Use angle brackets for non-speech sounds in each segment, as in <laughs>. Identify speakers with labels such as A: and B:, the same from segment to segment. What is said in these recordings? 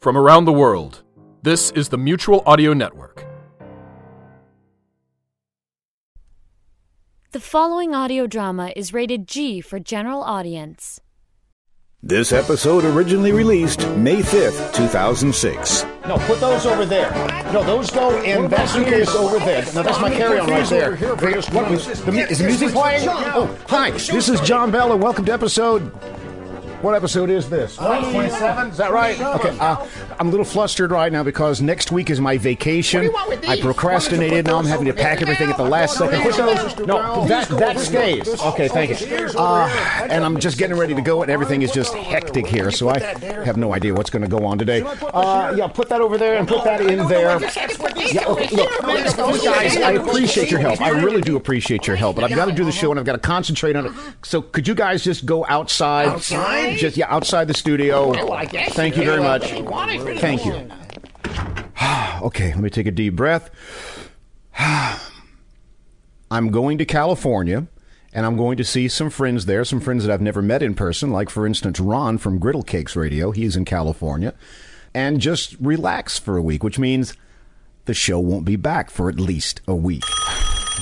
A: From around the world, this is the Mutual Audio Network.
B: The following audio drama is rated G for general audience.
C: This episode originally released May 5th, 2006.
D: No, put those over there. No, those go in that suitcase over there. No, that's my carry-on right there. Greatest one was- the mu- is the music playing? Oh, hi. This is John Bell, and welcome to episode. What episode is this? 127? Is that right? Okay. Uh, I'm a little flustered right now because next week is my vacation. I procrastinated. Now I'm having to pack everything at the last second. Put those. No, that, that stays. Okay, thank you. Uh, and I'm just getting ready to go, and everything is just hectic here, so I have no idea what's going to go on today. Uh, yeah, put that over there and put that in there. Yeah, okay, look, guys, I appreciate your help. I really do appreciate your help, but I've got to do the show and I've got to concentrate on it. So could you guys just go outside?
E: Outside?
D: Just yeah, outside the studio. Thank you very much. Thank
E: Thank
D: you. <sighs> Okay, let me take a deep breath. I'm going to California and I'm going to see some friends there, some friends that I've never met in person, like for instance Ron from Griddle Cakes Radio. He's in California. And just relax for a week, which means the show won't be back for at least a week.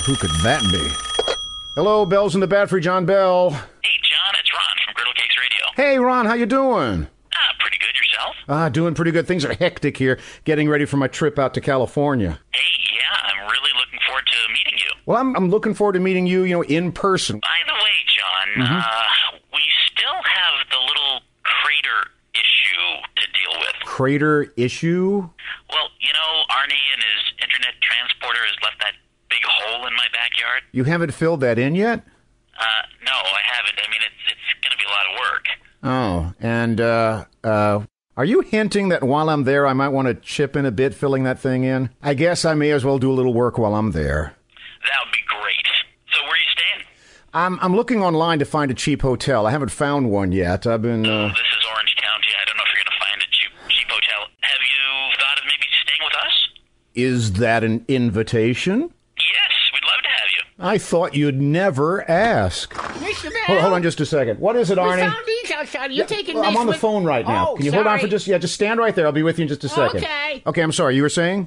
D: Who could that be? Hello, Bells in the Bat for John Bell.
F: Hey, John, it's Ron from Griddle Cakes Radio.
D: Hey Ron, how you doing?
F: Ah, pretty good yourself?
D: Ah, doing pretty good. Things are hectic here, getting ready for my trip out to California.
F: Hey, yeah, I'm really looking forward to meeting you.
D: Well, I'm, I'm looking forward to meeting you, you know, in person.
F: By the way, John, uh, we still have the little crater issue to deal with.
D: Crater issue?
F: Well, you know, Arnie and his internet transporter has left that big hole in my backyard.
D: You haven't filled that in yet?
F: Uh, no, I haven't. I mean, it's it's going to be a lot of work.
D: Oh, and uh, uh, are you hinting that while I'm there, I might want to chip in a bit filling that thing in? I guess I may as well do a little work while I'm there.
F: That would be great. So, where are you staying?
D: I'm, I'm looking online to find a cheap hotel. I haven't found one yet. I've been. Uh,
F: This is Orange County. I don't know if you're going to find a cheap, cheap hotel. Have you thought of maybe staying with us?
D: is that an invitation?
F: Yes, we'd love to have you.
D: I thought you'd never ask.
E: Mr.
D: Hold, hold on just a second. What is it,
E: We
D: Arnie?
E: found these outside. You're taking
D: Well, I'm
E: this
D: on the
E: with-
D: phone right now.
E: Oh,
D: Can you hold on for
E: sorry.
D: just yeah? Just stand right there. I'll be with you in just a second.
E: Okay.
D: Okay. I'm sorry. You were saying?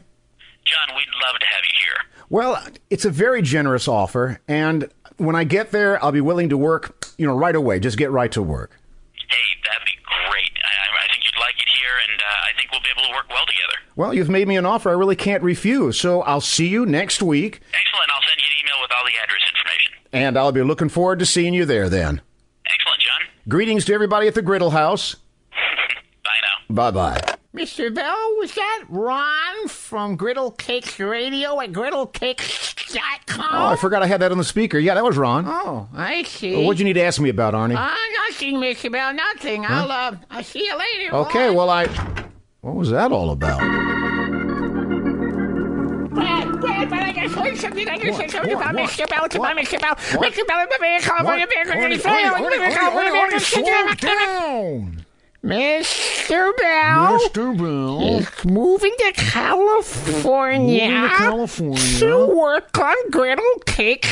F: John, we'd love to have you here.
D: Well, it's a very generous offer, and when I get there, I'll be willing to work, you know, right away. Just get right to work.
F: Hey, that'd be great. I, I I think you'd like it here, and uh, I think we'll be able to work well together.
D: Well, you've made me an offer I really can't refuse, so I'll see you next week,
F: Excellent. I'll send you an email with all the address information.
D: and I'll be looking forward to seeing you there then.
F: Excellent, John. <laughs>
D: Greetings to everybody at the Griddle House.
F: Bye now.
D: Bye bye.
E: Mr. Bell, was that Ron from Griddle Cakes Radio at
D: Oh, I
E: griddlecakes.com?
D: forgot I had that on the speaker. Yeah, that was Ron.
E: Oh, I see.
D: What'd you need to ask me about, Arnie?
E: Uh, nothing, Mr. Bell, nothing. I'll, uh, I'll see you later.
D: okay,
E: Ron.
D: well, I. What was that all about?
E: Brad, Brad, Brad, I just heard something. I just heard something
D: What?
E: about
D: What?
E: Mr. Bell. It's
D: What?
E: about Mr. Bell.
D: What?
E: Mr. Bell, I'm a man. Call
D: What?
E: me a man. I'm a
D: Arnie,
E: man.
D: Arnie,
E: I'm a
D: Arnie,
E: man.
D: Arnie,
E: I'm a man.
D: Arnie, slow down.
E: Mr. Bell.
D: Mr. Bell.
E: is moving to California,
D: Moving to California.
E: to work on Griddle Cake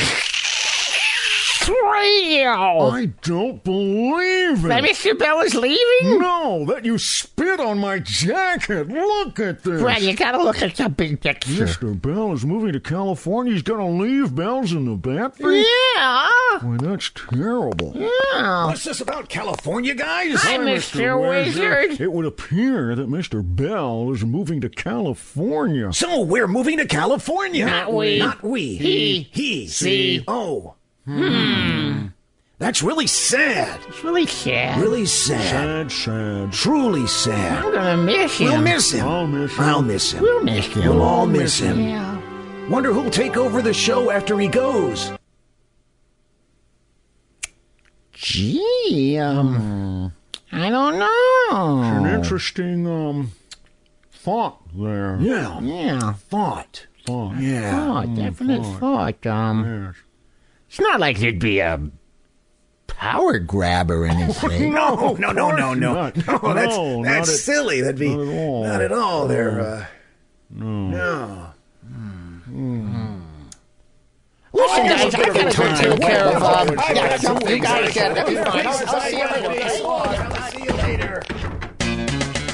G: Oh,
E: Radio.
D: I don't believe it.
E: That Mr. Bell is leaving?
D: No, that you spit on my jacket. Look at this.
E: Brad, you gotta look at the big picture.
D: Mr. Bell is moving to California. He's going to leave Bell's in the bathroom.
E: Yeah.
D: Why, that's terrible.
E: Yeah.
G: What's this about California, guys?
E: Hi, Mr. Wizard.
D: It would appear that Mr. Bell is moving to California.
G: So we're moving to California.
E: Not we.
G: Not we.
E: He.
G: He.
E: She.
G: Oh. Hmm. That's really sad.
E: It's really sad.
G: Really sad.
D: Sad, sad.
G: Truly sad.
E: I'm gonna miss him.
G: We'll miss him.
D: I'll miss him.
G: I'll miss him.
E: We'll miss him.
G: We'll all miss him.
E: Yeah.
G: Wonder who'll take over the show after he goes.
E: Gee, um, I don't know.
D: An interesting um thought there.
G: Yeah.
E: Yeah.
G: Thought.
D: Thought.
G: Yeah.
E: Oh, definite thought. Um,
D: Yes.
E: It's not like there'd be a power grab <laughs> or anything.
G: No, no, no, no, no.
D: not.
G: No, that's,
D: No,
G: that's
D: not at-
G: silly. That'd be
D: not at all.
G: not at all there. Uh,
E: Listen, guys, I gotta go take care of um, yeah, some- uh, you guys. Get,
G: Thanks. I'll see you later.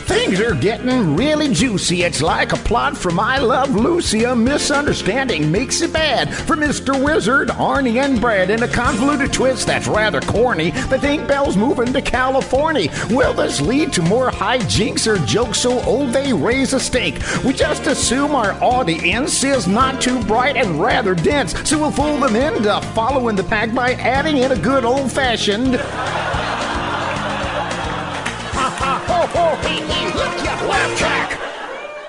D: Things are getting really juicy. It's like a plot from I Love Lucy. A misunderstanding makes it bad for Mr. Wizard, Arnie, and Brad in a convoluted twist that's rather corny. They think Belle's moving to California. Will this lead to more hijinks or jokes so old they raise a stink? We just assume our audience is not too bright and rather dense, so we'll fool them into following the pack by adding in a good old <laughs> fashioned.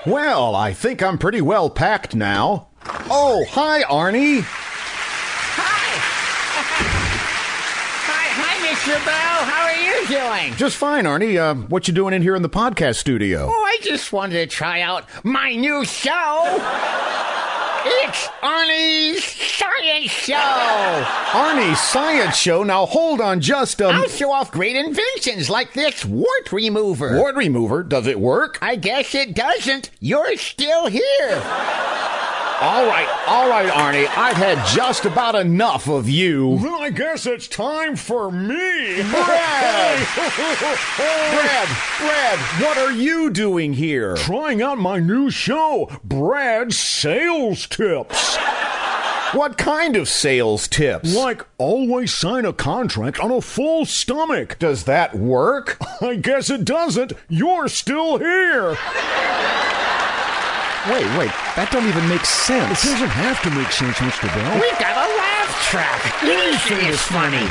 D: Well, I think I'm pretty well packed now. Oh, hi, Arnie.
E: Hi, hi, Mr. Bell. How are you doing?
D: Just fine, Arnie. Uh, what you doing in here in the podcast studio?
E: Oh, I just wanted to try out my new show. It's Arnie's Science Show.
D: Arnie Science Show. Now hold on, just a
E: I'll show off great inventions like this wart remover.
D: ward remover. Does it work?
E: I guess it doesn't. You're still here.
D: All right, all right, Arnie. I've had just about enough of you.
H: Well, I guess it's time for me.
D: Brad,
H: <laughs>
D: Brad, Brad. What are you doing here?
H: Trying out my new show, Brad's Sales Tips.
D: What kind of sales tips?
H: Like, always sign a contract on a full stomach.
D: Does that work?
H: I guess it doesn't. You're still here.
I: Wait, wait, that don't even make sense.
H: Doesn't have to make sense, Mr. Bell.
E: We've got a laugh track. Anything is funny.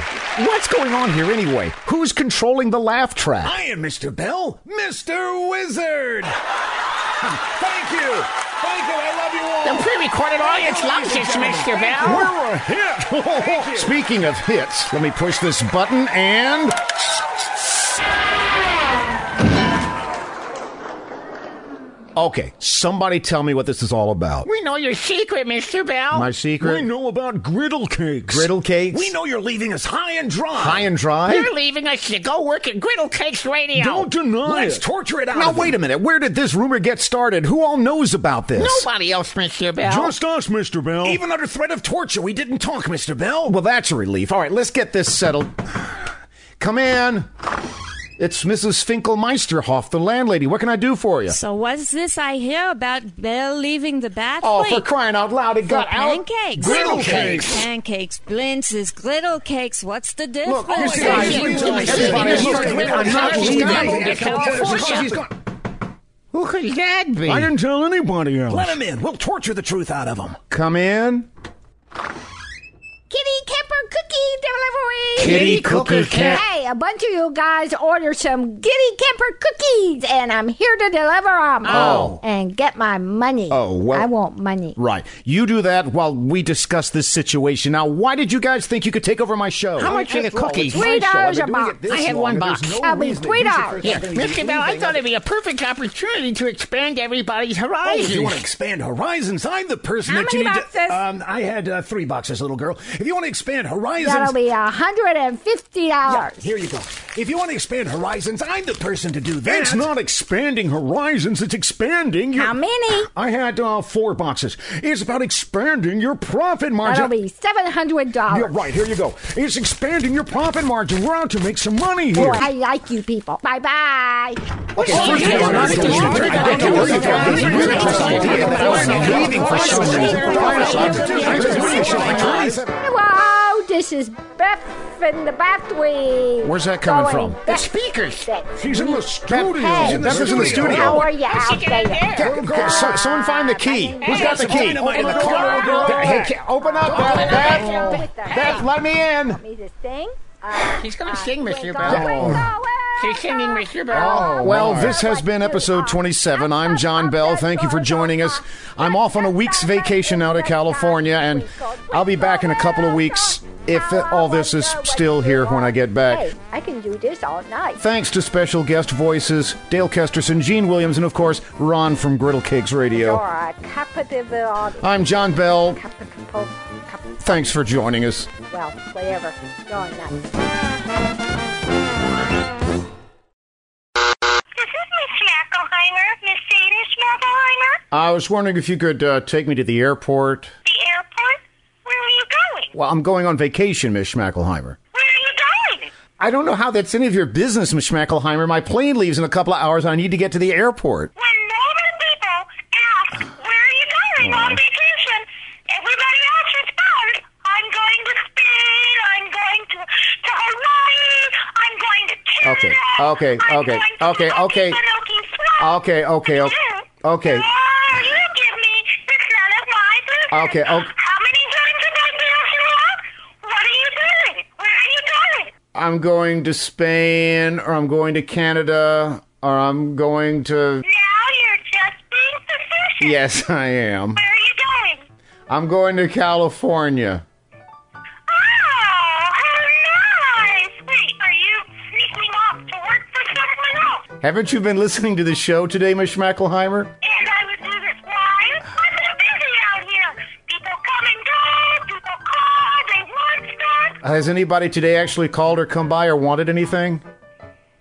D: What's going on here anyway? Who's controlling the laugh track?
C: I am Mr. Bell, Mr. Wizard. Thank you. Thank you. I
E: The
C: love you all.
E: pre-recorded audience loves this, Mr. Bell.
H: We're a hit.
D: <laughs> Speaking of hits, let me push this button and. Okay, somebody tell me what this is all about.
E: We know your secret, Mr. Bell.
D: My
H: We
D: secret?
H: know about griddle cakes.
D: Griddle cakes?
C: We know you're leaving us high and dry.
D: High and dry?
E: You're leaving us to go work at Griddle Cakes Radio.
H: Don't deny
C: Let's
H: it.
C: torture it out.
D: Now,
C: of them.
D: wait a minute. Where did this rumor get started? Who all knows about this?
E: Nobody else, Mr. Bell.
H: Just us, Mr. Bell.
C: Even under threat of torture, we didn't talk, Mr. Bell.
D: Oh. Well, that's a relief. All right, let's get this settled. Come in. It's Mrs. Finkelmeisterhoff, the landlady. What can I do for you?
B: So what's this I hear about Belle leaving the bath?
D: Oh,
B: Wait,
D: for crying out loud, it
B: for
D: got out.
B: pancakes.
D: Griddle cakes.
B: Pancakes, blintzes, griddle cakes. What's the difference?
D: Look, you guys,
E: you
D: you-
E: guys,
D: everybody,
E: you
D: look,
E: guys,
D: I'm not
E: you guys,
D: leaving.
E: you guys, Who could that be?
H: I didn't tell anybody else.
C: Let him in. We'll torture the truth out of him.
D: Come in.
J: Kitty Kipper Cookie Delivery!
D: Kitty Cookie Cat.
J: Hey, a bunch of you guys ordered some Kitty Kipper cookies, and I'm here to deliver them.
D: Oh.
J: And get my money.
D: Oh, well-
J: I want money.
D: Right. You do that while we discuss this situation. Now, why did you guys think you could take over my show?
E: How much are the
C: Oh,
E: cookies?
J: Three dollars a box.
E: I had one box.
J: That'll be three dollars.
E: Here, Mr. Bell, I thought it'd be a perfect opportunity to expand everybody's
C: Oh, if you
E: horizons.
C: want to expand horizons, I'm the person
J: How
C: that you
J: many
C: need
J: boxes?
C: to. Um, I had uh, three boxes, little girl. If you want to expand horizons,
J: That'll be a hundred and fifty
C: Yeah,
J: dollars.
C: here you go. If you want to expand horizons, I'm the person to do that.
H: It's not expanding horizons, it's expanding your.
J: How many?
H: I had uh, four boxes. It's about expanding your profit
J: That'll
H: margin.
J: be seven hundred
H: You're
J: dollars.
H: right, here you go. It's expanding your profit margin. We're out to make some money
J: Boy,
H: here.
J: Oh, I like you people. Bye bye.
C: First of all, I don't know where you got this ridiculous idea that I'm leaving for some reason.
J: Hello, this is Beth from the bathroom.
D: Where's that coming
J: Going
D: from?
E: The
J: back-
E: speakers.
J: That's
H: He's in the studio.
J: Hey,
D: Beth is in the studio.
J: How are you out
E: Get in
J: there?
E: there.
D: Go- so- someone find the key. Who's got the key?
C: Dynamite in the
D: Open
C: car,
D: the door. Hey, ki- open up, Beth. Beth. Beth, let me in.
J: me this thing.
E: She's
J: Ah,
E: going to sing, Mr.
J: Uh, Going,
E: Bell. She's singing, Mr. Bell.
D: Oh, Well, this has been episode 27. I'm John Bell. Thank you for joining us. I'm off on a week's vacation out of California, and I'll be back in a couple of weeks if all this is still here when I get back.
J: Hey, I can do this all night.
D: Thanks to special guest voices Dale Kesterson, Gene Williams, and of course, Ron from Griddle Cakes
J: You're
D: Radio.
J: a capital audience.
D: I'm John Bell.
J: Capital, capital,
D: Thanks for joining us.
J: well, whatever. You're nuts.
K: This is Miss Schmackelheimer, Miss Sadie Schmackelheimer.
D: I was wondering if you could uh, take me to the airport.
K: The airport? Where are you going?
D: Well, I'm going on vacation, Miss Schmackelheimer.
K: Where are you going?
D: I don't know how that's any of your business, Miss Schmackelheimer. My plane leaves in a couple of hours. I need to get to the airport.
F: When normal people ask, where are you going on vacation? Everybody else responds, I'm going to Spain, I'm going to, to Hawaii, I'm going
D: Okay,
F: to Canada.
D: okay,
F: I'm
D: okay,
F: going to
D: okay,
F: Rocky
D: okay.
F: Pinocchi Swamp."
D: Okay, okay, okay,
F: You,
D: okay,
F: all you give me is none of my business.
D: okay, oh. okay.
F: How many times have I been you up? What are you doing? Where are you going?
D: I'm going to Spain, or I'm going to Canada, or I'm going to.
F: Now you're just being suspicious.
D: Yes, <laughs> I am.
F: Where are you going?
D: I'm going to California.
F: Oh, how nice! Wait, are you sneaking off to work for someone else?
D: Haven't you been listening to the show today, Miss Schmackelheimer?
F: And I would do this. Why? I'm so busy out here. People come and go, people call, they want stuff.
D: Has anybody today actually called or come by or wanted anything?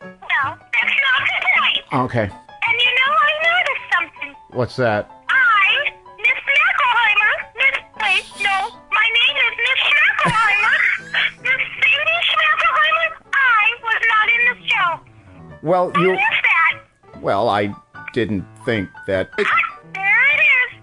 F: Well, that's not the point.
D: Okay.
F: And you know, I noticed something.
D: What's that?
F: I, Miss Schmackelheimer, Miss, wait, no, my name is Miss Schmackelheimer. Miss Sadie Schmackelheimer, I was not in the show.
D: Well,
F: I
D: you.
F: missed that.
D: Well, I didn't think that.
F: There it is.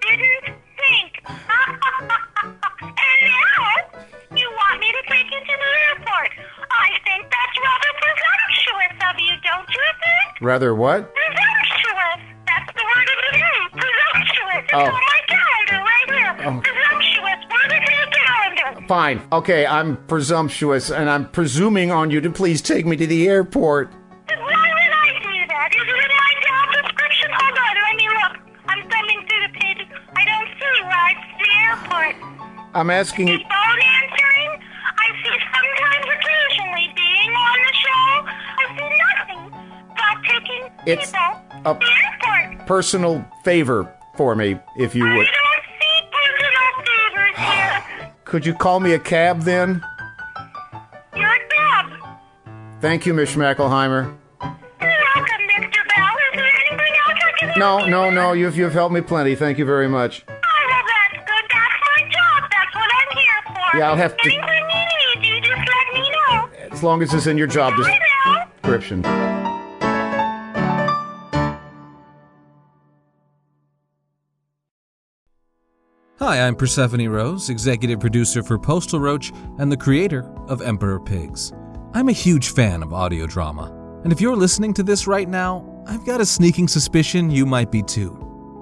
F: Didn't think. <laughs> and now you want me to take you to the airport. I think that's rather presumptuous of you, don't you think?
D: Rather what?
F: Presumptuous. That's the word of the day. Presumptuous. It's
D: Oh.
F: on my calendar right here.
D: Oh.
F: Presumptuous. Word of your calendar.
D: Fine. Okay, I'm presumptuous and I'm presuming on you to please take me to the airport.
F: Why would I do that? Is it in my job description? Hold on, let me look. I'm thumbing through the pages. I don't see why it's the airport.
D: I'm asking you.
F: phone answering. I see sometimes occasionally being on the show. I see nothing but taking
D: It's
F: people
D: a-
F: to the airport.
D: Personal favor for me, if you
F: I
D: would.
F: don't see personal
D: <sighs>
F: favors here.
D: Could you call me a cab then?
F: You're dumb.
D: Thank you, Miss Schmackelheimer.
F: You're welcome, Mr. Bell. Is there anything else I can
D: No,
F: help you
D: no,
F: with?
D: no. You've you've helped me plenty. Thank you very much.
F: Oh, well, that's good. That's my job. That's what I'm here for.
D: Yeah, I'll have to-
F: Anything you need, you just let me know.
D: As long as it's in your job
F: I will.
D: description.
L: Hi, I'm Persephone Rose, executive producer for Postal Roach and the creator of Emperor Pigs. I'm a huge fan of audio drama, and if you're listening to this right now, I've got a sneaking suspicion you might be too.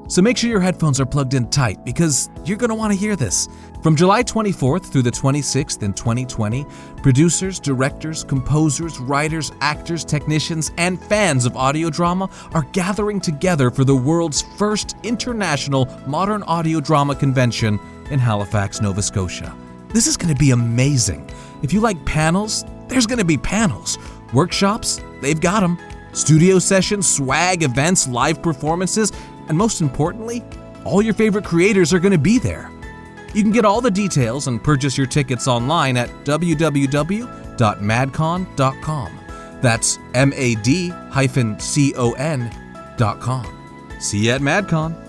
L: So make sure your headphones are plugged in tight because you're going to want to hear this. From July 24th through the 26th in 2020, producers, directors, composers, writers, actors, technicians, and fans of audio drama are gathering together for the world's first international modern audio drama convention in Halifax, Nova Scotia. This is going to be amazing. If you like panels, there's going to be panels. Workshops, they've got them. Studio sessions, swag events, live performances, and most importantly, all your favorite creators are going to be there. You can get all the details and purchase your tickets online at www.madcon.com. That's M A D hyphen C O N dot com. See you at MadCon.